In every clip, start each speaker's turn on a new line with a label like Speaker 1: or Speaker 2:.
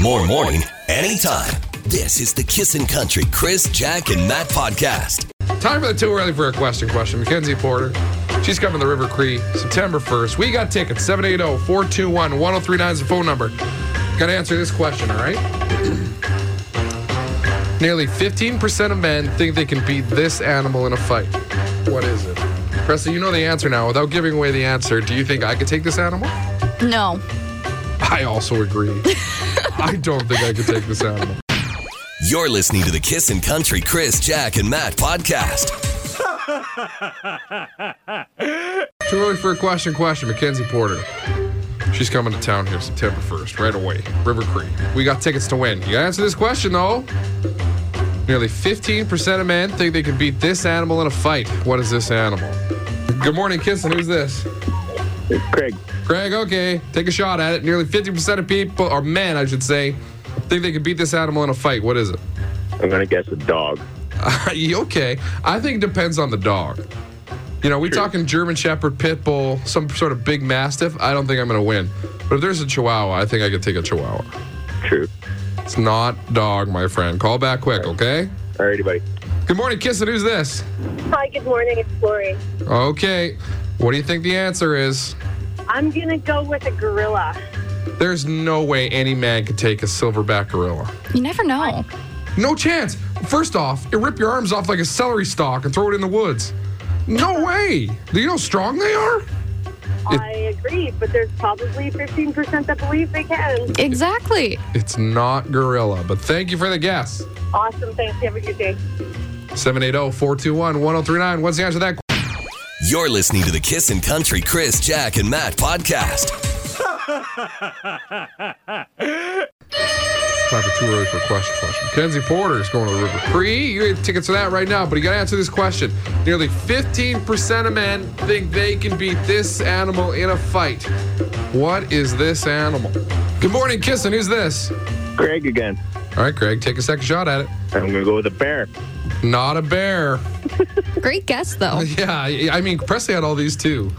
Speaker 1: more morning, anytime. This is the Kissin' Country Chris, Jack, and Matt podcast.
Speaker 2: Time for the too early for a question question. Mackenzie Porter. She's coming to River Cree September 1st. We got tickets. 780 421 1039 is the phone number. Got to answer this question, all right? Nearly 15% of men think they can beat this animal in a fight. What is it? Presley, you know the answer now. Without giving away the answer, do you think I could take this animal?
Speaker 3: No.
Speaker 2: I also agree. I don't think I could take this animal.
Speaker 1: You're listening to the Kissin' Country Chris, Jack, and Matt podcast.
Speaker 2: Too early for a question. Question Mackenzie Porter. She's coming to town here September 1st, right away. River Creek. We got tickets to win. You gotta answer this question though. Nearly 15% of men think they can beat this animal in a fight. What is this animal? Good morning, Kissin. Who's this?
Speaker 4: Craig,
Speaker 2: Craig, okay. Take a shot at it. Nearly 50% of people, or men, I should say, think they can beat this animal in a fight. What is it?
Speaker 4: I'm gonna guess a dog.
Speaker 2: You okay. I think it depends on the dog. You know, we talking German Shepherd, Pit Bull, some sort of big Mastiff. I don't think I'm going to win. But if there's a Chihuahua, I think I could take a Chihuahua.
Speaker 4: True.
Speaker 2: It's not dog, my friend. Call back quick, okay?
Speaker 4: Alrighty, buddy.
Speaker 2: Good morning, Kissin. Who's this?
Speaker 5: Hi, good morning. It's Lori.
Speaker 2: Okay. What do you think the answer is?
Speaker 5: I'm going to go with a gorilla.
Speaker 2: There's no way any man could take a silverback gorilla.
Speaker 3: You never know.
Speaker 2: No chance. First off, you rip your arms off like a celery stalk and throw it in the woods. No way. Do you know how strong they are?
Speaker 5: I agree, but there's probably 15% that believe they can.
Speaker 3: Exactly.
Speaker 2: It's not gorilla, but thank you for the guess. oh,
Speaker 5: Awesome. Thanks. Have a good day.
Speaker 2: 780-421-1039. What's the answer to that? qu-
Speaker 1: You're listening to the Kissin' Country Chris, Jack, and Matt podcast.
Speaker 2: Time for too early for a question question. Kenzie Porter is going to the River Cree. You get tickets to that right now, but you got to answer this question. Nearly 15% of men think they can beat this animal in a fight. What is this animal? Good morning, Kissin. Who's this?
Speaker 4: Craig again.
Speaker 2: All right, Craig, take a second shot at it.
Speaker 4: I'm gonna go with a bear.
Speaker 2: Not a bear.
Speaker 3: Great guess, though.
Speaker 2: Yeah, I I mean, Presley had all these too.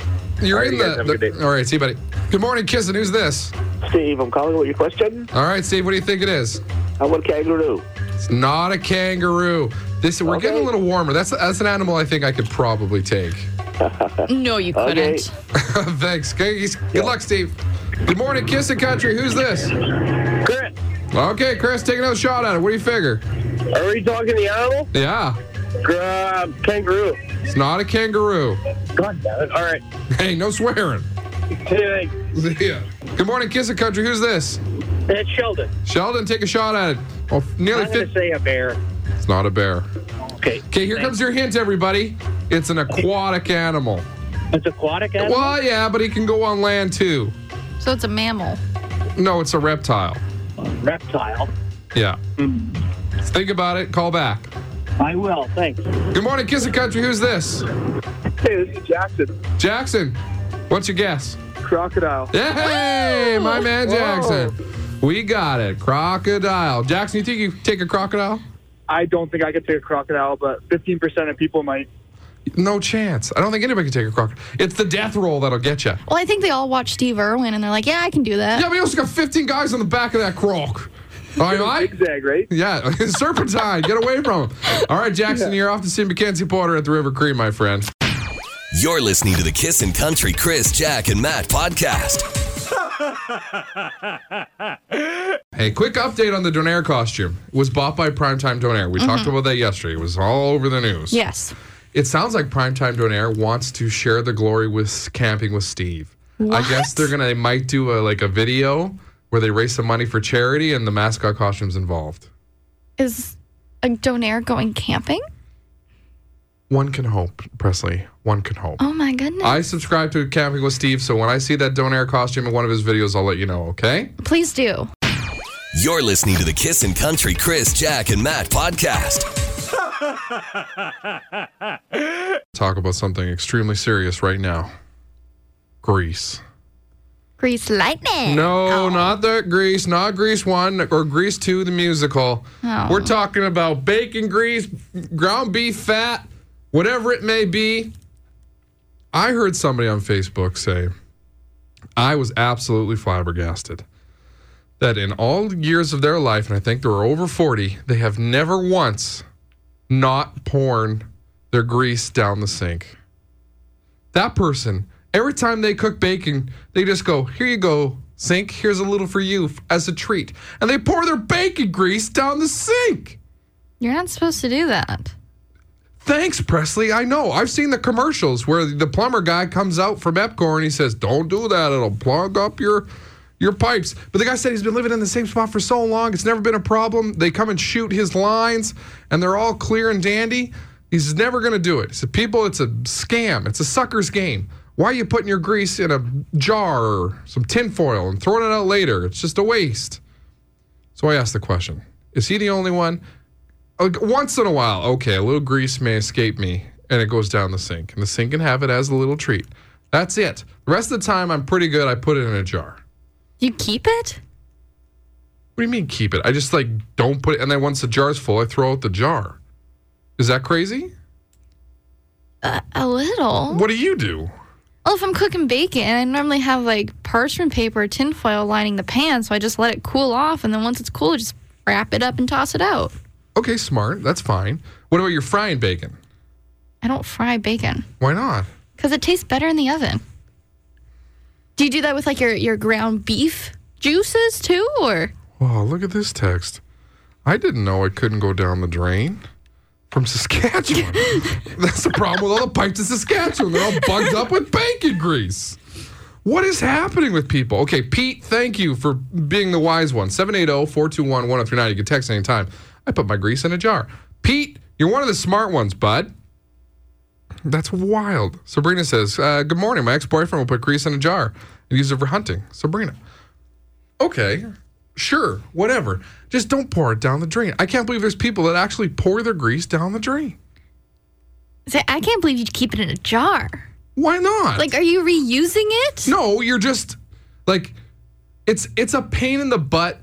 Speaker 2: You're
Speaker 4: All right,
Speaker 2: in
Speaker 4: you guys
Speaker 2: the,
Speaker 4: have a
Speaker 2: the-
Speaker 4: good day.
Speaker 2: All right, see you, buddy. Good morning, Kissin. Who's this?
Speaker 6: Steve, I'm calling with your question.
Speaker 2: All right, Steve, what do you think it is?
Speaker 6: How about kangaroo?
Speaker 2: It's not a kangaroo. This we're getting a
Speaker 6: Okay.
Speaker 2: little warmer. That's that's an animal I think I could probably take.
Speaker 3: No, you couldn't.
Speaker 2: Thanks. Okay, he's- Good luck, Steve. Good morning, Kiss and Country. Who's this?
Speaker 6: Chris,
Speaker 2: Okay, Chris, take another shot at it. What do you figure?
Speaker 6: are we talking the animal?
Speaker 2: Yeah,
Speaker 6: Uh, kangaroo.
Speaker 2: it's not a kangaroo.
Speaker 6: God damn it. All right.
Speaker 2: Hey, no swearing.
Speaker 6: Anyway,
Speaker 2: Yeah. Good morning, Kiss and Country. Who's this?
Speaker 6: that's Sheldon.
Speaker 2: Sheldon, take a shot at it. Oh, nearly
Speaker 6: I'm going
Speaker 2: fit.
Speaker 6: to say a bear.
Speaker 2: It's not a bear.
Speaker 6: Okay.
Speaker 2: Okay, here comes your hint, everybody. It's an aquatic animal.
Speaker 6: It's aquatic animal.
Speaker 2: Well, yeah, but he can go on land too.
Speaker 3: So it's a mammal.
Speaker 2: No, it's a reptile.
Speaker 6: Reptile.
Speaker 2: Yeah.
Speaker 6: Hmm.
Speaker 2: Think about it. Call back.
Speaker 6: I will. Thanks.
Speaker 2: Good morning, Kissing Country. Who's this?
Speaker 7: Hey, this is Jackson.
Speaker 2: Jackson. What's your guess?
Speaker 7: Crocodile.
Speaker 2: Hey, my man Jackson. We got it. Crocodile. Jackson, you think you take a crocodile?
Speaker 7: I don't think I could take a crocodile, but 15% of people might.
Speaker 2: No chance. I don't think anybody can take a crocodile. It's the death roll that'll get you.
Speaker 3: Well, I think they all watch Steve Irwin and they're like, yeah, I can do that.
Speaker 2: Yeah, but you also got 15 guys on the back of that croc. All right, Mike?
Speaker 7: Zag, right?
Speaker 2: Yeah, serpentine. Get away from him. All right, Jackson, you're off to see Mackenzie Porter at the River Cree, my friend.
Speaker 1: You're listening to the Kissin' Country Chris, Jack, and Matt podcast.
Speaker 2: Hey, quick update on the Donaire costume. It was bought by Primetime Donaire. We talked about that yesterday. It was all over the news.
Speaker 3: Yes.
Speaker 2: It sounds like Primetime Donaire wants to share the glory with Camping with Steve. I guess
Speaker 3: What?
Speaker 2: they're gonna they might do a like a video where they raise some money for charity and the mascot costume's involved.
Speaker 3: Is a donaire going camping?
Speaker 2: One can hope, Presley. One can hope.
Speaker 3: Oh my goodness.
Speaker 2: I subscribe to Camping with Steve, so when I see that Donaire costume in one of his videos, I'll let you know, okay?
Speaker 3: Please do.
Speaker 1: You're listening to the Kissin' Country Chris, Jack, and Matt podcast.
Speaker 2: Talk about something extremely serious right now. Greece.
Speaker 3: Grease lightning.
Speaker 2: No, not that Grease, not Grease 1 or Grease 2, the musical.
Speaker 3: Oh.
Speaker 2: We're talking about bacon grease, ground beef fat, whatever it may be. I heard somebody on Facebook say, I was absolutely flabbergasted that in all years of their life, and I think there are over 40, they have never once not poured their grease down the sink. That person, every time they cook bacon, they just go, Here you go, sink, here's a little for you f- as a treat. And they pour their bacon grease down the sink.
Speaker 3: You're not supposed to do that.
Speaker 2: Thanks, Presley. I know. I've seen the commercials where the plumber guy comes out from Epcor and he says, "Don't do that. It'll plug up your your pipes." But the guy said he's been living in the same spot for so long, it's never been a problem. They come and shoot his lines, and they're all clear and dandy. He's never going to do it. He said, "People, it's a scam. It's a sucker's game. Why are you putting your grease in a jar or some tinfoil and throwing it out later? It's just a waste." So I asked the question: Is he the only one? Like, once in a while, okay, a little grease may escape me and it goes down the sink. And the sink can have it as a little treat. That's it. The rest of the time, I'm pretty good. I put it in a jar.
Speaker 3: You keep it?
Speaker 2: What do you mean keep it? I just like don't put it. And then once the jar's full, I throw out the jar. Is that crazy?
Speaker 3: Uh, a little.
Speaker 2: What do you do?
Speaker 3: Well, if I'm cooking bacon, I normally have like parchment paper, tinfoil lining the pan, so I just let it cool off, and then once it's cool, I just wrap it up and toss it out.
Speaker 2: Okay, smart. That's fine. What about your frying bacon?
Speaker 3: I don't fry bacon
Speaker 2: Why not?
Speaker 3: because it tastes better in the oven. Do you do that with like your, your ground beef juices too, or
Speaker 2: Wow, look at this text. I didn't know it couldn't go down the drain. From Saskatchewan. That's the problem with all the pipes in Saskatchewan. They're all bugged up with bacon grease. What is happening with people? Okay, Pete, thank you for being the wise one. oh, 780 421 1039. You can text anytime. I put my grease in a jar. Pete, you're one of the smart ones, bud. That's wild. Sabrina says, uh, Good morning. My ex boyfriend will put grease in a jar and use it for hunting. Sabrina. Okay, sure, whatever. Just don't pour it down the drain. I can't believe there's people that actually pour their grease down the drain.
Speaker 3: say I can't believe you'd keep it in a jar.
Speaker 2: Why not?
Speaker 3: Like, are you reusing it?
Speaker 2: no, you're just like it's it's a pain in the butt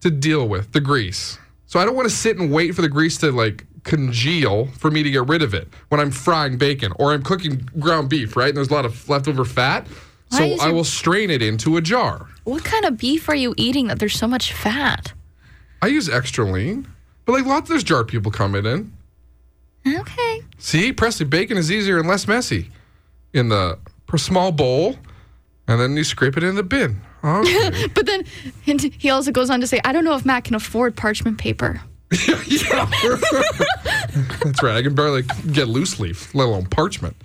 Speaker 2: to deal with the grease. So I don't want to sit and wait for the grease to like congeal for me to get rid of it when I'm frying bacon or I'm cooking ground beef, right? And there's a lot of leftover fat.
Speaker 3: Why
Speaker 2: so
Speaker 3: is
Speaker 2: I
Speaker 3: your-
Speaker 2: will strain it into a jar.
Speaker 3: What kind of beef are you eating that there's so much fat?
Speaker 2: I use extra lean, but like lots of those jar people come in and
Speaker 3: Okay.
Speaker 2: See, Presley, bacon is easier and less messy in the per small bowl, and then you scrape it in the bin. Okay.
Speaker 3: But then and he also goes on to say, I don't know if Matt can afford parchment paper.
Speaker 2: Yeah. That's right. I can barely get loose leaf, let alone parchment.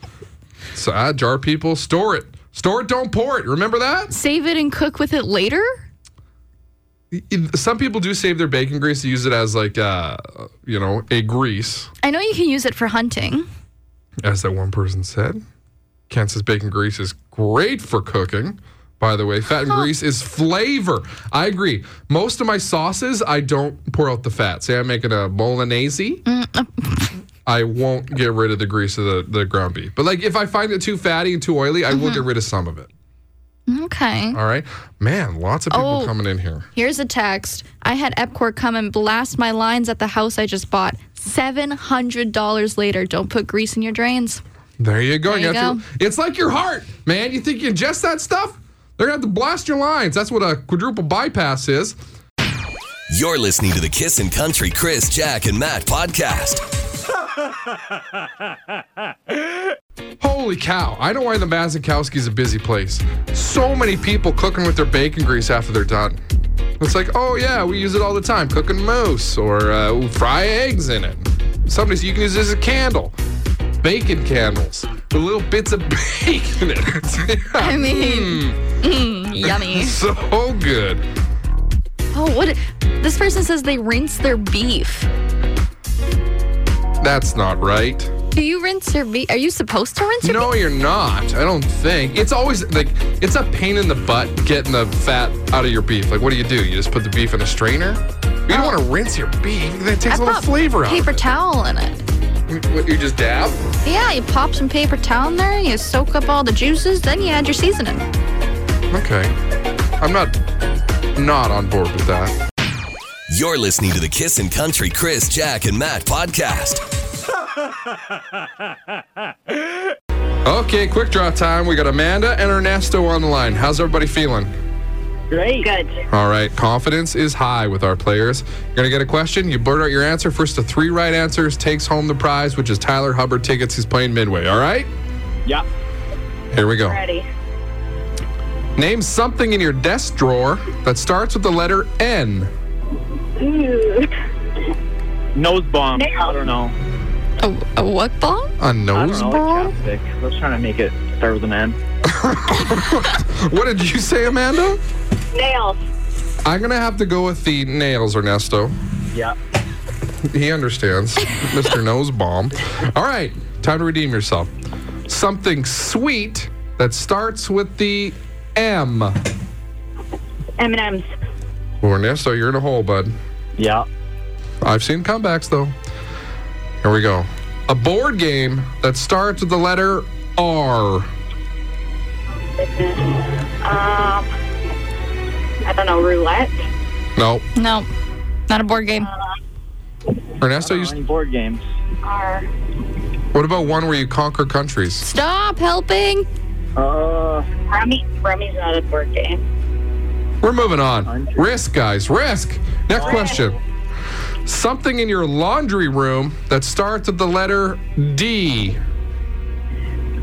Speaker 2: So, ah, jar people, store it. Store it, don't pour it. Remember that?
Speaker 3: Save it and cook with it later?
Speaker 2: Some people do save their bacon grease to use it as, like, uh, you know, a grease,
Speaker 3: I know you can use it for hunting.
Speaker 2: as that one person said. Ken says bacon grease is great for cooking. By the way, fat and grease is flavor. I agree. Most of my sauces, I don't pour out the fat. Say I'm making a bolognese, I won't get rid of the grease of the, the ground beef. But like if I find it too fatty and too oily, I will get rid of some of it.
Speaker 3: Okay.
Speaker 2: All right, man. Lots of people
Speaker 3: Oh.
Speaker 2: coming in here.
Speaker 3: Here's a text. I had Epcor come and blast my lines at the house I just bought. $700 later, don't put grease in your drains.
Speaker 2: There you go.
Speaker 3: There you
Speaker 2: got to- it's like your heart, man. You think you ingest that stuff? They're gonna have to blast your lines. That's what a quadruple bypass is.
Speaker 1: You're listening to the Kissin' Country Chris, Jack, and Matt podcast.
Speaker 2: Holy cow. I know why the Mazakowski's a busy place. So many people cooking with their bacon grease after they're done. It's like, oh yeah, we use it all the time. Cooking moose or uh, we fry eggs in it. Somebody's you can use this as a candle. Bacon candles with little bits of bacon in it.
Speaker 3: I mean, mm, yummy.
Speaker 2: so good.
Speaker 3: Oh, what? This person says they rinse their beef.
Speaker 2: That's not right.
Speaker 3: Do you rinse your beef? Are you supposed to rinse your
Speaker 2: No, you're not. I don't think. It's always like it's a pain in the butt getting the fat out of your beef. Like, what do you do? You just put the beef in a strainer? You don't want to rinse your beef. That
Speaker 3: Oh. I
Speaker 2: takes a little
Speaker 3: pop
Speaker 2: flavor out.
Speaker 3: Paper
Speaker 2: of
Speaker 3: towel in it.
Speaker 2: it. What, you just dab?
Speaker 3: Yeah, you pop some paper towel in there, you soak up all the juices, then you add your seasoning.
Speaker 2: Okay. I'm not not on board with that.
Speaker 1: You're listening to the Kissin' Country Chris, Jack, and Matt podcast.
Speaker 2: Okay, quick draw time. We got Amanda and Ernesto on the line. How's everybody feeling?
Speaker 6: Great.
Speaker 5: Good.
Speaker 2: All right, confidence is high with our players. You're gonna get a question. You blurt out your answer. First to three right answers takes home the prize, which is Tyler Hubbard tickets. He's playing Midway. All right,
Speaker 7: Yeah.
Speaker 2: here we go.
Speaker 5: Ready.
Speaker 2: Name something in your desk drawer that starts with the letter N.
Speaker 5: Ooh.
Speaker 7: Nose bomb.
Speaker 5: Nails.
Speaker 7: I don't know.
Speaker 3: A, a what bomb?
Speaker 2: A nose
Speaker 7: I don't know.
Speaker 2: bomb?
Speaker 7: Like chapstick. I was trying to make it start with an N.
Speaker 2: What did you say, Amanda?
Speaker 5: Nails.
Speaker 2: I'm gonna have to go with the nails, Ernesto.
Speaker 7: Yeah.
Speaker 2: He understands, Mr. Nose Bomb. All right, time to redeem yourself. Something sweet that starts with the M. Well,
Speaker 5: M&M's.
Speaker 2: Ernesto, you're in a hole, bud.
Speaker 7: Yeah.
Speaker 2: I've seen comebacks though. Here we go. A board game that starts with the letter R.
Speaker 5: Um, I don't know, roulette.
Speaker 2: No,
Speaker 3: No, not a board game.
Speaker 2: Ernesto, you,
Speaker 7: So Any board games?
Speaker 5: R.
Speaker 2: what about one where you conquer countries?
Speaker 3: Stop helping.
Speaker 7: Uh,
Speaker 5: Rummy. Rummy's not a board game.
Speaker 2: We're moving on. Risk, guys, risk. Next question. Something in your laundry room that starts with the letter D.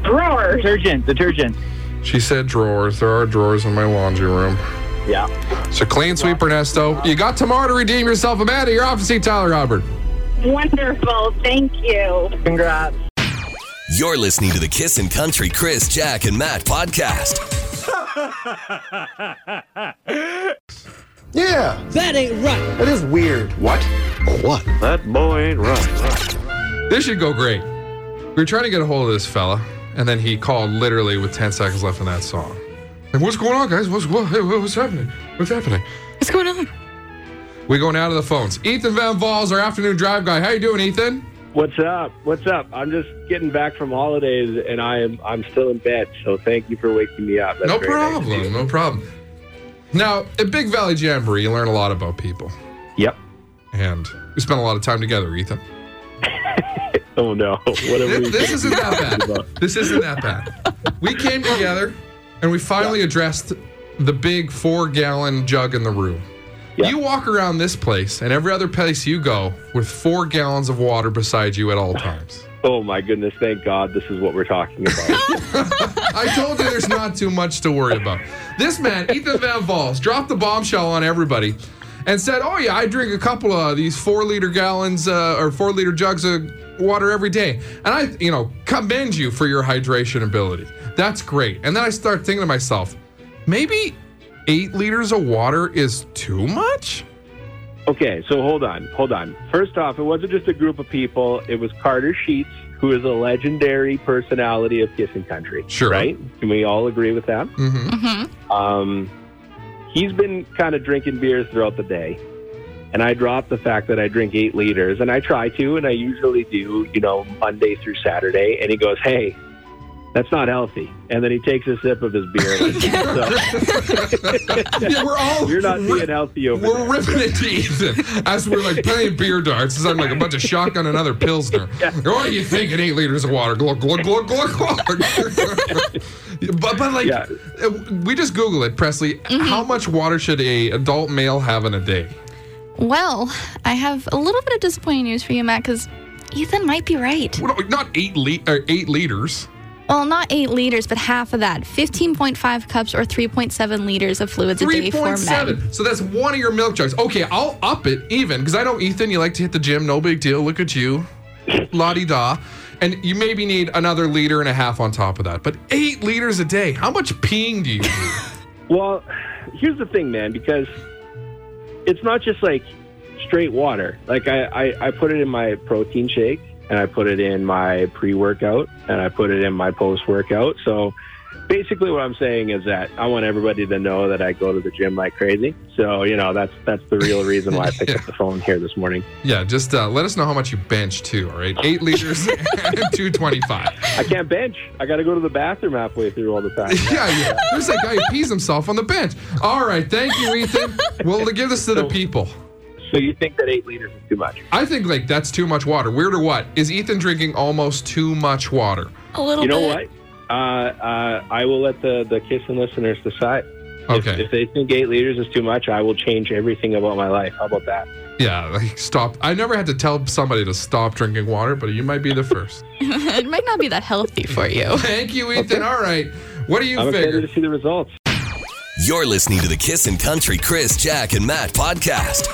Speaker 5: Brewers.
Speaker 7: detergent. Detergent.
Speaker 2: She said drawers. There are drawers in my laundry room.
Speaker 7: Yeah.
Speaker 2: So clean sweep, Ernesto. You got tomorrow to redeem yourself, Amanda. You're off to see Tyler Hubbard.
Speaker 5: Wonderful. Thank you.
Speaker 7: Congrats.
Speaker 1: You're listening to the Kissin' Country Chris, Jack, and Matt podcast.
Speaker 8: Yeah. That ain't right. That is weird. What? What?
Speaker 4: That boy ain't right.
Speaker 2: This should go great. We were trying to get a hold of this fella, and then he called literally with 10 seconds left in that song. And what's going on, guys? What's what, hey, what's happening? What's happening?
Speaker 3: What's going on?
Speaker 2: We're going out of the phones. Ethan Van Valls, our afternoon drive guy. How you doing, Ethan?
Speaker 9: What's up? What's up? I'm just getting back from holidays, and I am I'm still in bed. So thank you for waking me up. That's
Speaker 2: no
Speaker 9: very nice of you.
Speaker 2: problem. No problem. Now, at Big Valley Jamboree, you learn a lot about people.
Speaker 9: Yep.
Speaker 2: And we spent a lot of time together, Ethan.
Speaker 9: Oh no. Whatever.
Speaker 2: This,
Speaker 9: we
Speaker 2: this isn't that bad. This isn't that bad. We came together and we finally addressed the big four gallon jug in the room.
Speaker 9: Yeah.
Speaker 2: You walk around this place and every other place you go with four gallons of water beside you at all times.
Speaker 9: oh my goodness! Thank God this is what we're talking about.
Speaker 2: I told you there's not too much to worry about. This man, Ethan Van Valls, dropped the bombshell on everybody and said, Oh, yeah, I drink a couple of these four liter gallons uh, or four liter jugs of water every day. And I, you know, commend you for your hydration ability. That's great. And then I start thinking to myself, maybe eight liters of water is too much?
Speaker 9: okay, so hold on, hold on. First off, it wasn't just a group of people. It was Carter Sheets, who is a legendary personality of Kissing Country.
Speaker 2: Sure.
Speaker 9: Right? Can we all agree with that?
Speaker 2: Mm-hmm.
Speaker 3: Mm-hmm.
Speaker 9: Um, he's been kind of drinking beers throughout the day. And I dropped the fact that I drink eight liters, and I try to, and I usually do, you know, Monday through Saturday. And he goes, "Hey, that's not healthy." And then he takes a sip of his beer. so
Speaker 2: Yeah, we're all
Speaker 9: you're not
Speaker 2: we're-
Speaker 9: being healthy over
Speaker 2: We're
Speaker 9: there.
Speaker 2: ripping it to Ethan as we're like playing beer darts. As I'm like about to shotgun another pilsner. What are you thinking? Eight liters of water. Glug glug glug glug glug. but but like
Speaker 9: Yeah.
Speaker 2: uh, we just Google it, Presley. How much water should a adult male have in a day?
Speaker 3: Well, I have a little bit of disappointing news for you, Matt, because Ethan might be right.
Speaker 2: Well, no, Not eight li- or eight liters.
Speaker 3: Well, not eight liters, but half of that. 15.5 cups or 3.7 liters of fluids a day
Speaker 2: Three
Speaker 3: for
Speaker 2: point
Speaker 3: men.
Speaker 2: seven. So that's one of your milk jugs. Okay, I'll up it even because I know Ethan. You like to hit the gym. No big deal. Look at you, la di da. And you maybe need another liter and a half on top of that. But eight liters a day. How much peeing do you? do?
Speaker 9: Well, here's the thing, man, because it's not just like straight water. Like I, I, I put it in my protein shake and I put it in my pre workout and I put it in my post workout. So basically what I'm saying is that I want everybody to know that I go to the gym like crazy. So, you know, that's that's the real reason why I picked up the phone here this morning.
Speaker 2: yeah, just uh, let us know how much you bench too. All right, eight liters and two twenty-five.
Speaker 9: I can't bench. I gotta go to the bathroom halfway through all the time.
Speaker 2: Yeah, yeah. There's that guy who pees himself on the bench. All right, thank you, Ethan. Well, to give this to the people.
Speaker 9: So you think that eight liters is too much?
Speaker 2: I think like that's too much water. Weird or what? Is Ethan drinking almost too much water?
Speaker 3: A little
Speaker 9: You know
Speaker 3: bit.
Speaker 9: what? Uh, uh, I will let the, the kissing listeners decide.
Speaker 2: Okay.
Speaker 9: If they think eight liters is too much, I will change everything about my life. How about that?
Speaker 2: Yeah, like stop. I never had to tell somebody to stop drinking water, but you might be the first.
Speaker 3: it might not be that healthy for you.
Speaker 2: Thank you, Ethan. All right. What do you
Speaker 9: I'm
Speaker 2: figure?
Speaker 9: excited to see the results.
Speaker 1: You're listening to the Kissin' Country Chris, Jack, and Matt podcast.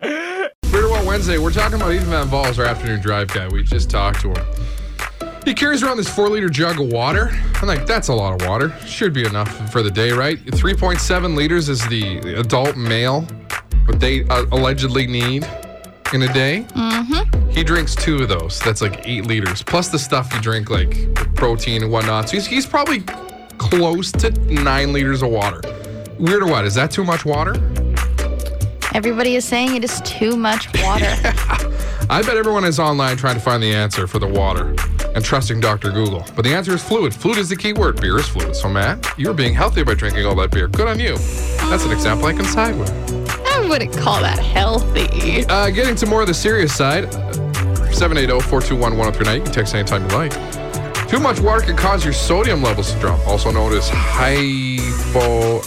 Speaker 2: Beer What Wednesday, we're talking about Ethan Van Valls, our afternoon drive guy. We just talked to him. He carries around this four liter jug of water. I'm like, that's a lot of water. Should be enough for the day, right? 3.7 liters is the adult male, what they uh, allegedly need in a day. Mm-hmm. He drinks two of those. That's like eight liters, plus the stuff you drink, like protein and whatnot. So he's, he's probably close to nine liters of water. Weird or what? Is that too much water?
Speaker 3: Everybody is saying it is too much water.
Speaker 2: I bet everyone is online trying to find the answer for the water and trusting Dr. Google. But the answer is fluid. Fluid is the key word. Beer is fluid. So, Matt, you're being healthy by drinking all that beer. Good on you. That's an example I can side with.
Speaker 3: I wouldn't call that healthy.
Speaker 2: Uh, getting to more of the serious side 780 421 1039. You can text anytime you like. Too much water can cause your sodium levels to drop, also known as hypoatremia.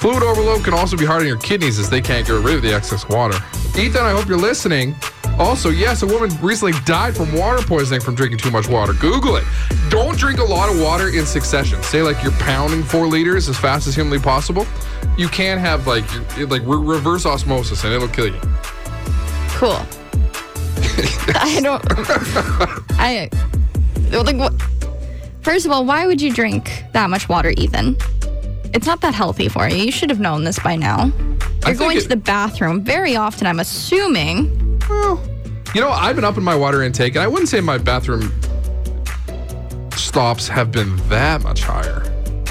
Speaker 2: Fluid overload can also be hard on your kidneys as they can't get rid of the excess water. Ethan, I hope you're listening. Also, yes, a woman recently died from water poisoning from drinking too much water. Google it. Don't drink a lot of water in succession. Say like you're pounding four liters as fast as humanly possible. You can have like your- like re- reverse osmosis and it'll kill you.
Speaker 3: Cool. I don't. I like. What, first of all, why would you drink that much water, Ethan? It's not that healthy for you. You should have known this by now. You're
Speaker 2: think
Speaker 3: going
Speaker 2: it-
Speaker 3: to the bathroom very often. I'm assuming.
Speaker 2: Well, you know, I've been up in my water intake, and I wouldn't say my bathroom stops have been that much higher.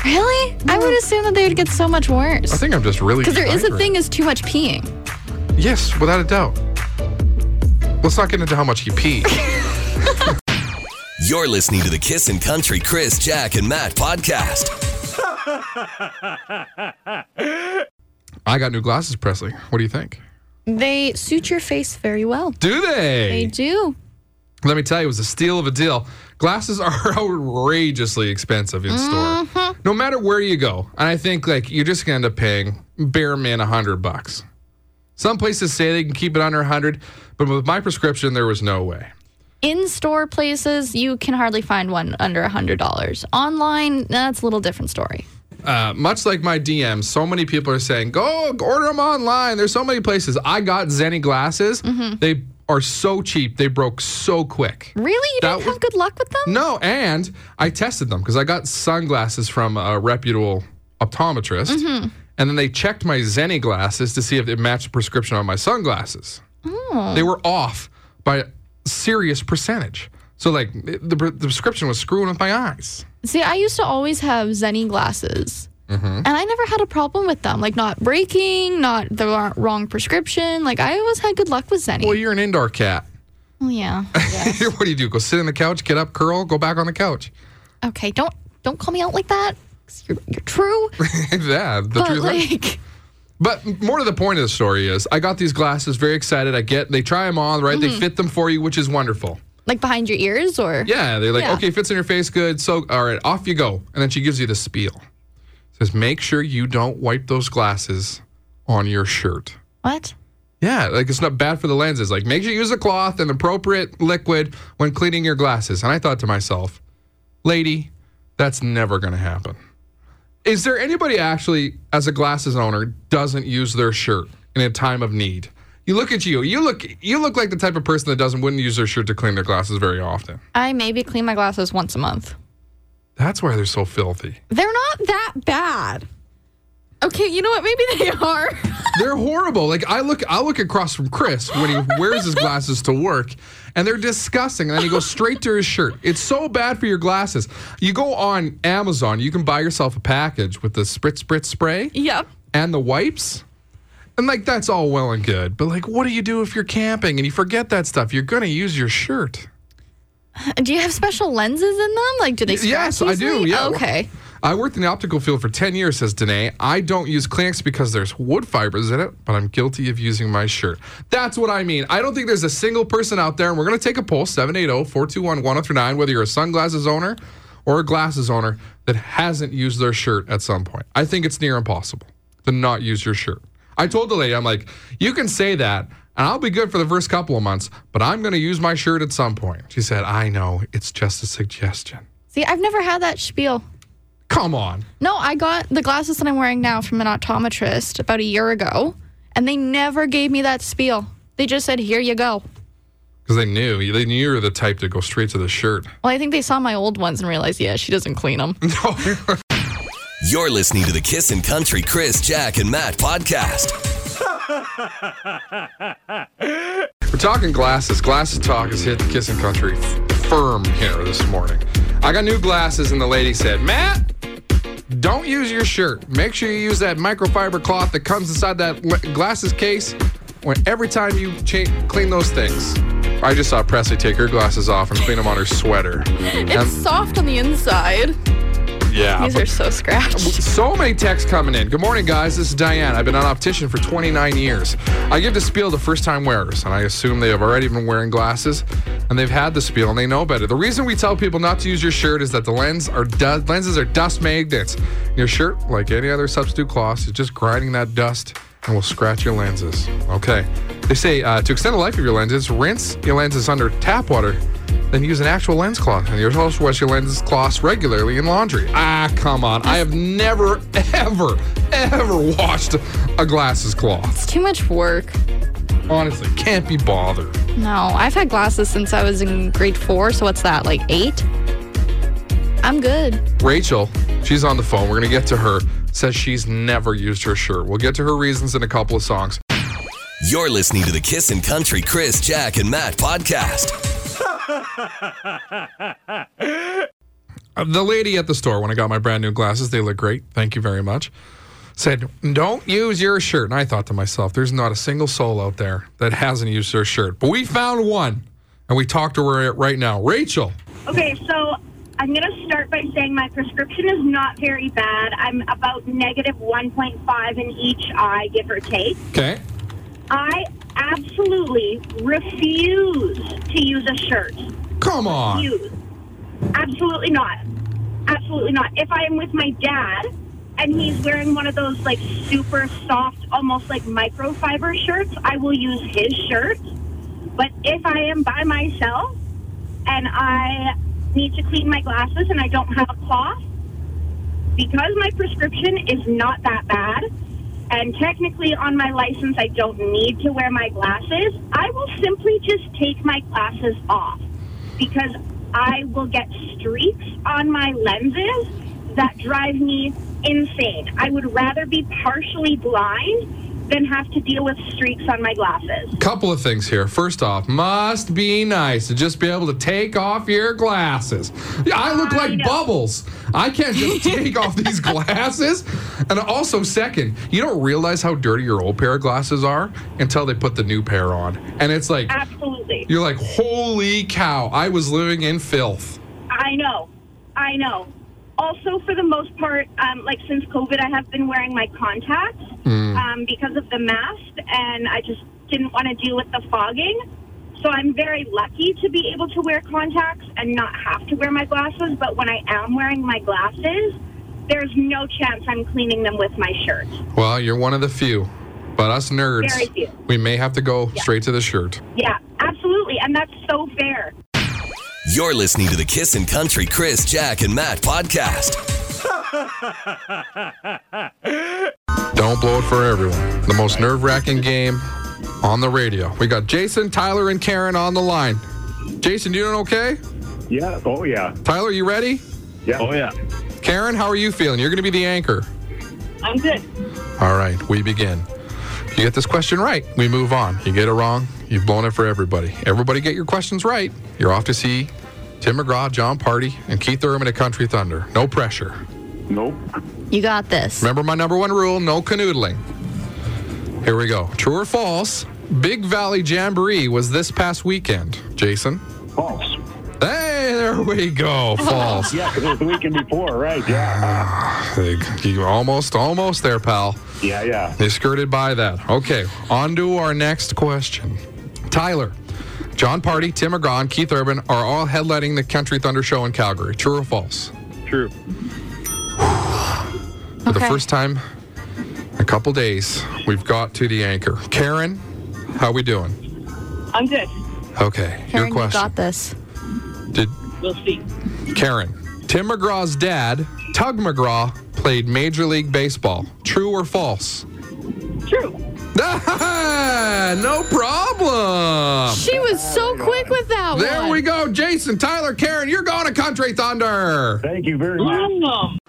Speaker 3: Really? I would assume that they would get so much
Speaker 2: I
Speaker 3: worse.
Speaker 2: think I'm just really
Speaker 3: Because there is a
Speaker 2: dehydrated.
Speaker 3: thing as too much peeing.
Speaker 2: Yes, without a doubt. Let's not get into how much you pee.
Speaker 1: You're listening to the Kissin' Country Chris, Jack, and Matt podcast.
Speaker 2: I got new glasses, Presley. What do you think?
Speaker 3: They suit your face very well.
Speaker 2: Do
Speaker 3: They
Speaker 2: they?
Speaker 3: do.
Speaker 2: Let me tell you, it was a steal of a deal. Glasses are outrageously expensive in store, no matter where you go. And I think like you're just gonna end up paying bare man a hundred bucks. Some places say they can keep it under a hundred, but with my prescription, there was no way.
Speaker 3: in-store places you can hardly find one under $100 online that's a little different story
Speaker 2: Uh, much like my DMs, so many people are saying, "Go order them online." There's so many places. I got Zenny glasses. They are so cheap. They broke so quick.
Speaker 3: really you
Speaker 2: That
Speaker 3: don't
Speaker 2: was-
Speaker 3: have good luck with them
Speaker 2: No, and I tested them because I got sunglasses from a reputable optometrist,
Speaker 3: Mm-hmm.
Speaker 2: and then they checked my Zenny glasses to see if it matched the prescription on my sunglasses.
Speaker 3: Oh.
Speaker 2: They were off by a serious percentage. So, like, the, the prescription was screwing with my eyes.
Speaker 3: see i used to always have zenny glasses
Speaker 2: Mm-hmm.
Speaker 3: and i never had a problem with them like not breaking not the wa- wrong prescription like i always had good luck with zenny
Speaker 2: Well, you're an indoor cat.
Speaker 3: Oh, yeah
Speaker 2: what do you do? Go sit on the couch, get up, curl, go back on the couch.
Speaker 3: okay don't don't call me out like that 'cause you're, you're true
Speaker 2: yeah, the
Speaker 3: but
Speaker 2: truth. hurts.
Speaker 3: like
Speaker 2: But more to the point of the story is, I got these glasses, very excited. I get, they try them on, right?
Speaker 3: Mm-hmm.
Speaker 2: They fit them for you, which is wonderful.
Speaker 3: like behind your ears or
Speaker 2: Yeah, they're like,
Speaker 3: Yeah.
Speaker 2: okay, fits in your face, good. So, all right, off you go. And then she gives you the spiel. Says, make sure you don't wipe those glasses on your shirt.
Speaker 3: what
Speaker 2: Yeah, like it's not bad for the lenses. Like, make sure you use a cloth and appropriate liquid when cleaning your glasses. And I thought to myself, lady, that's never going to happen. Is there anybody actually, as a glasses owner, doesn't use their shirt in a time of need? You look at you. You look. You look like the type of person that doesn't wouldn't use their shirt to clean their glasses very often.
Speaker 3: i maybe clean my glasses once a month
Speaker 2: That's why they're so filthy.
Speaker 3: They're not that bad. Okay, you know what? Maybe they are.
Speaker 2: They're horrible. Like I look, I look across from Chris when he wears his glasses to work, and they're disgusting. And then he goes straight to his shirt. It's so bad for your glasses. You go on Amazon, you can buy yourself a package with the spritz spritz spray
Speaker 3: yep.
Speaker 2: and the wipes, and like that's all well and good. But like, what do you do if you're camping and you forget that stuff? You're gonna use your shirt.
Speaker 3: Do you have special lenses in them? Like, do they? Scratch
Speaker 2: Yes, I do.
Speaker 3: easily?
Speaker 2: Yeah.
Speaker 3: Okay.
Speaker 2: I worked in the optical field for 10 years, says Danae. I don't use Kleenex because there's wood fibers in it, but I'm guilty of using my shirt. That's what I mean. I don't think there's oh, a single person out there, and we're going to take a poll 780 421 1039, whether you're a sunglasses owner or a glasses owner that hasn't used their shirt at some point. I think it's near impossible to not use your shirt. I told the lady, I'm like, you can say that, and I'll be good for the first couple of months, but I'm going to use my shirt at some point. She said, I know, it's just a suggestion.
Speaker 3: See, I've never had that spiel.
Speaker 2: Come on.
Speaker 3: No, I got the glasses that I'm wearing now from an optometrist about a year ago, and they never gave me that spiel. They just said, "Here you go."
Speaker 2: Because they knew, they knew you were the type to go straight to the shirt.
Speaker 3: Well, I think they saw my old ones and realized, yeah, she doesn't clean them.
Speaker 1: You're listening to the Kissin' Country Chris, Jack, and Matt podcast.
Speaker 2: We're talking glasses. Glasses talk has hit the kissing country firm here this morning. I got new glasses, and the lady said, Matt, don't use your shirt. Make sure you use that microfiber cloth that comes inside that le- glasses case when every time you cha- clean those things. I just saw Presley take her glasses off and clean them on her sweater.
Speaker 3: It's soft on the inside.
Speaker 2: yeah.
Speaker 3: These are so scratched.
Speaker 2: So many texts coming in. Good morning, guys. This is Diane. I've been an optician for 29 years. I give the spiel to first time wearers, and I assume they have already been wearing glasses and they've had the spiel and they know better. The reason we tell people not to use your shirt is that the lens are du- lenses are dust magnets. Your shirt, like any other substitute cloth, is just grinding that dust and will scratch your lenses. Okay. They say uh, to extend the life of your lenses, rinse your lenses under tap water then use an actual lens cloth. And you also wash your lens cloths regularly in laundry. Ah, come on. I have never, ever, ever washed a glasses cloth.
Speaker 3: It's too much work.
Speaker 2: Honestly, can't be bothered.
Speaker 3: No, I've had glasses since I was in grade four. So what's that, like eight? I'm good.
Speaker 2: Rachel, she's on the phone. We're going to get to her. Says she's never used her shirt. We'll get to her reasons in a couple of songs.
Speaker 1: You're listening to the Kissin' Country Chris, Jack, and Matt podcast.
Speaker 2: Uh, The lady at the store, when I got my brand new glasses, they look great. Thank you very much. Said, don't use your shirt. And I thought to myself, there's not a single soul out there that hasn't used their shirt. But we found one and we talked to her right now. Rachel,
Speaker 5: Okay, so I'm going to start by saying my prescription is not very bad. I'm about negative 1.5 in each eye, give or take.
Speaker 2: okay?
Speaker 5: I absolutely refuse to use a shirt.
Speaker 2: Come on.
Speaker 5: Refuse. Absolutely not. Absolutely not. If I am with my dad and he's wearing one of those like super soft, almost like microfiber shirts, I will use his shirt. But if I am by myself and I need to clean my glasses and I don't have a cloth, because my prescription is not that bad, and technically on my license I don't need to wear my glasses, I will simply just take my glasses off because I will get streaks on my lenses that drive me insane. I would rather be partially blind than have to deal with streaks on my glasses.
Speaker 2: Couple of things here. First off, must be nice to just be able to take off your glasses. Yeah, I look
Speaker 5: I
Speaker 2: like
Speaker 5: know.
Speaker 2: bubbles. I can't just take off these glasses. And also, second, you don't realize how dirty your old pair of glasses are until they put the new pair on. And it's like,
Speaker 5: Absolutely.
Speaker 2: you're like, holy cow, I was living in filth.
Speaker 5: I know. I know. Also, for the most part, um, like since COVID, I have been wearing my contacts um, because of the mask, and I just didn't want to deal with the fogging. So I'm very lucky to be able to wear contacts and not have to wear my glasses. But when I am wearing my glasses, there's no chance I'm cleaning them with my shirt.
Speaker 2: Well, you're one of the few. But us nerds,
Speaker 5: Very few.
Speaker 2: we may have to go straight to the shirt.
Speaker 5: Yeah, absolutely, and that's so fair.
Speaker 1: You're listening to the Kissin' Country Chris, Jack, and Matt podcast.
Speaker 2: Don't blow it for everyone. The most nerve wracking game on the radio. We got Jason, Tyler, and Karen on the line. Jason, you doing okay?
Speaker 7: Yeah. Oh yeah.
Speaker 2: Tyler, you ready?
Speaker 7: Yeah. Oh yeah.
Speaker 2: Karen, how are you feeling? You're going to be the anchor.
Speaker 5: I'm good.
Speaker 2: All right, we begin. You get this question right, we move on. You get it wrong, you've blown it for everybody. Everybody get your questions right. You're off to see Tim McGraw, John Party, and Keith Thurman at Country Thunder. No pressure.
Speaker 7: Nope.
Speaker 3: You got this.
Speaker 2: Remember my number one rule no canoodling. Here we go. True or false? Big Valley Jamboree was this past weekend. Jason?
Speaker 6: False.
Speaker 2: Hey, there we go. False.
Speaker 6: Yeah, 'cause it was the weekend before, right? Yeah.
Speaker 2: You almost, almost there, pal.
Speaker 6: Yeah, yeah.
Speaker 2: They skirted by that. Okay, on to our next question. Tyler, John Party, Tim McGraw, and Keith Urban are all headlining the Country Thunder Show in Calgary. True or false?
Speaker 7: True.
Speaker 2: For the
Speaker 3: Okay.
Speaker 2: first time in a couple days, we've got to the anchor. Karen, how we doing?
Speaker 10: I'm good.
Speaker 2: Okay,
Speaker 3: Karen,
Speaker 2: your
Speaker 3: you
Speaker 2: question.
Speaker 3: got this.
Speaker 2: Did
Speaker 10: We'll see.
Speaker 2: Karen, Tim McGraw's dad, Tug McGraw, played Major League Baseball. True or false?
Speaker 10: True.
Speaker 2: no problem.
Speaker 3: She was so quick with that
Speaker 2: There
Speaker 3: one.
Speaker 2: we go, Jason, Tyler, Karen. You're going to Country Thunder.
Speaker 6: Thank you very much.
Speaker 10: Awesome.